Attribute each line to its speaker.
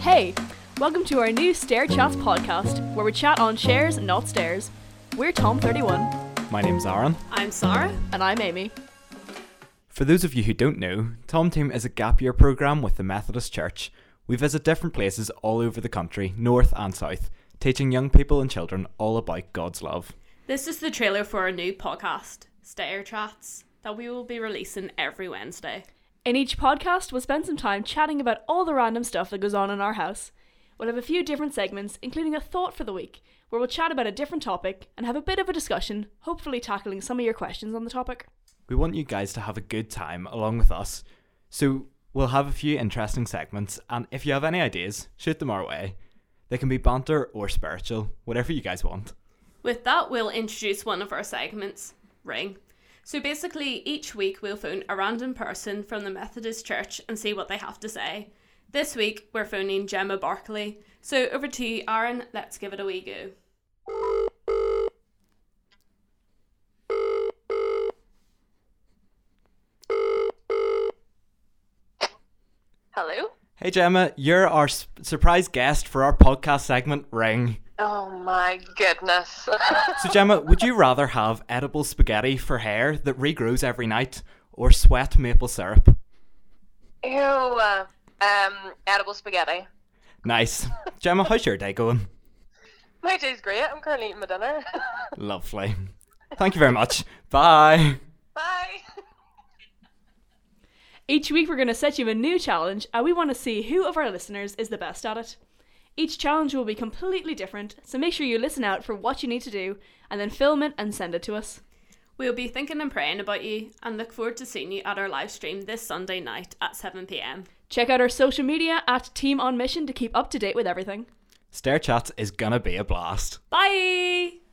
Speaker 1: Hey, welcome to our new Stair Chats podcast, where we chat on chairs, not stairs. We're Tom31,
Speaker 2: My name's Aaron.
Speaker 3: I'm Sarah.
Speaker 1: and I'm Amy.
Speaker 2: For those of you who don't know, Tom Tomb is a gap year programme with the Methodist Church. We visit different places all over the country, north and south, teaching young people and children all about God's love.
Speaker 3: This is the trailer for our new podcast, Stair Chats, that we will be releasing every Wednesday.
Speaker 1: In each podcast, we'll spend some time chatting about all the random stuff that goes on in our house. We'll have a few different segments, including a thought for the week, where we'll chat about a different topic and have a bit of a discussion, hopefully tackling some of your questions on the topic.
Speaker 2: We want you guys to have a good time along with us, so we'll have a few interesting segments, and if you have any ideas, shoot them our way. They can be banter or spiritual, whatever you guys want.
Speaker 3: With that, we'll introduce one of our segments, Ring. So basically, each week we'll phone a random person from the Methodist Church and see what they have to say. This week, we're phoning Gemma Barkley. So over to you, Aaron. Let's give it a wee go.
Speaker 4: Hello?
Speaker 2: Hey Gemma, you're our s- surprise guest for our podcast segment, Ring.
Speaker 4: Oh my goodness.
Speaker 2: So, Gemma, would you rather have edible spaghetti for hair that regrows every night or sweat maple syrup?
Speaker 4: Ew. uh, Um, edible spaghetti.
Speaker 2: Nice. Gemma, how's your day going?
Speaker 4: My day's great. I'm currently eating my dinner.
Speaker 2: Lovely. Thank you very much. Bye.
Speaker 4: Bye.
Speaker 1: Each week, we're going to set you a new challenge, and we want to see who of our listeners is the best at it. Each challenge will be completely different, so make sure you listen out for what you need to do, and then film it and send it to us.
Speaker 3: We'll be thinking and praying about you and look forward to seeing you at our live stream this Sunday night at 7pm.
Speaker 1: Check out our social media at Team On Mission to keep up to date with everything.
Speaker 2: Stair Chats is gonna be a blast.
Speaker 3: Bye!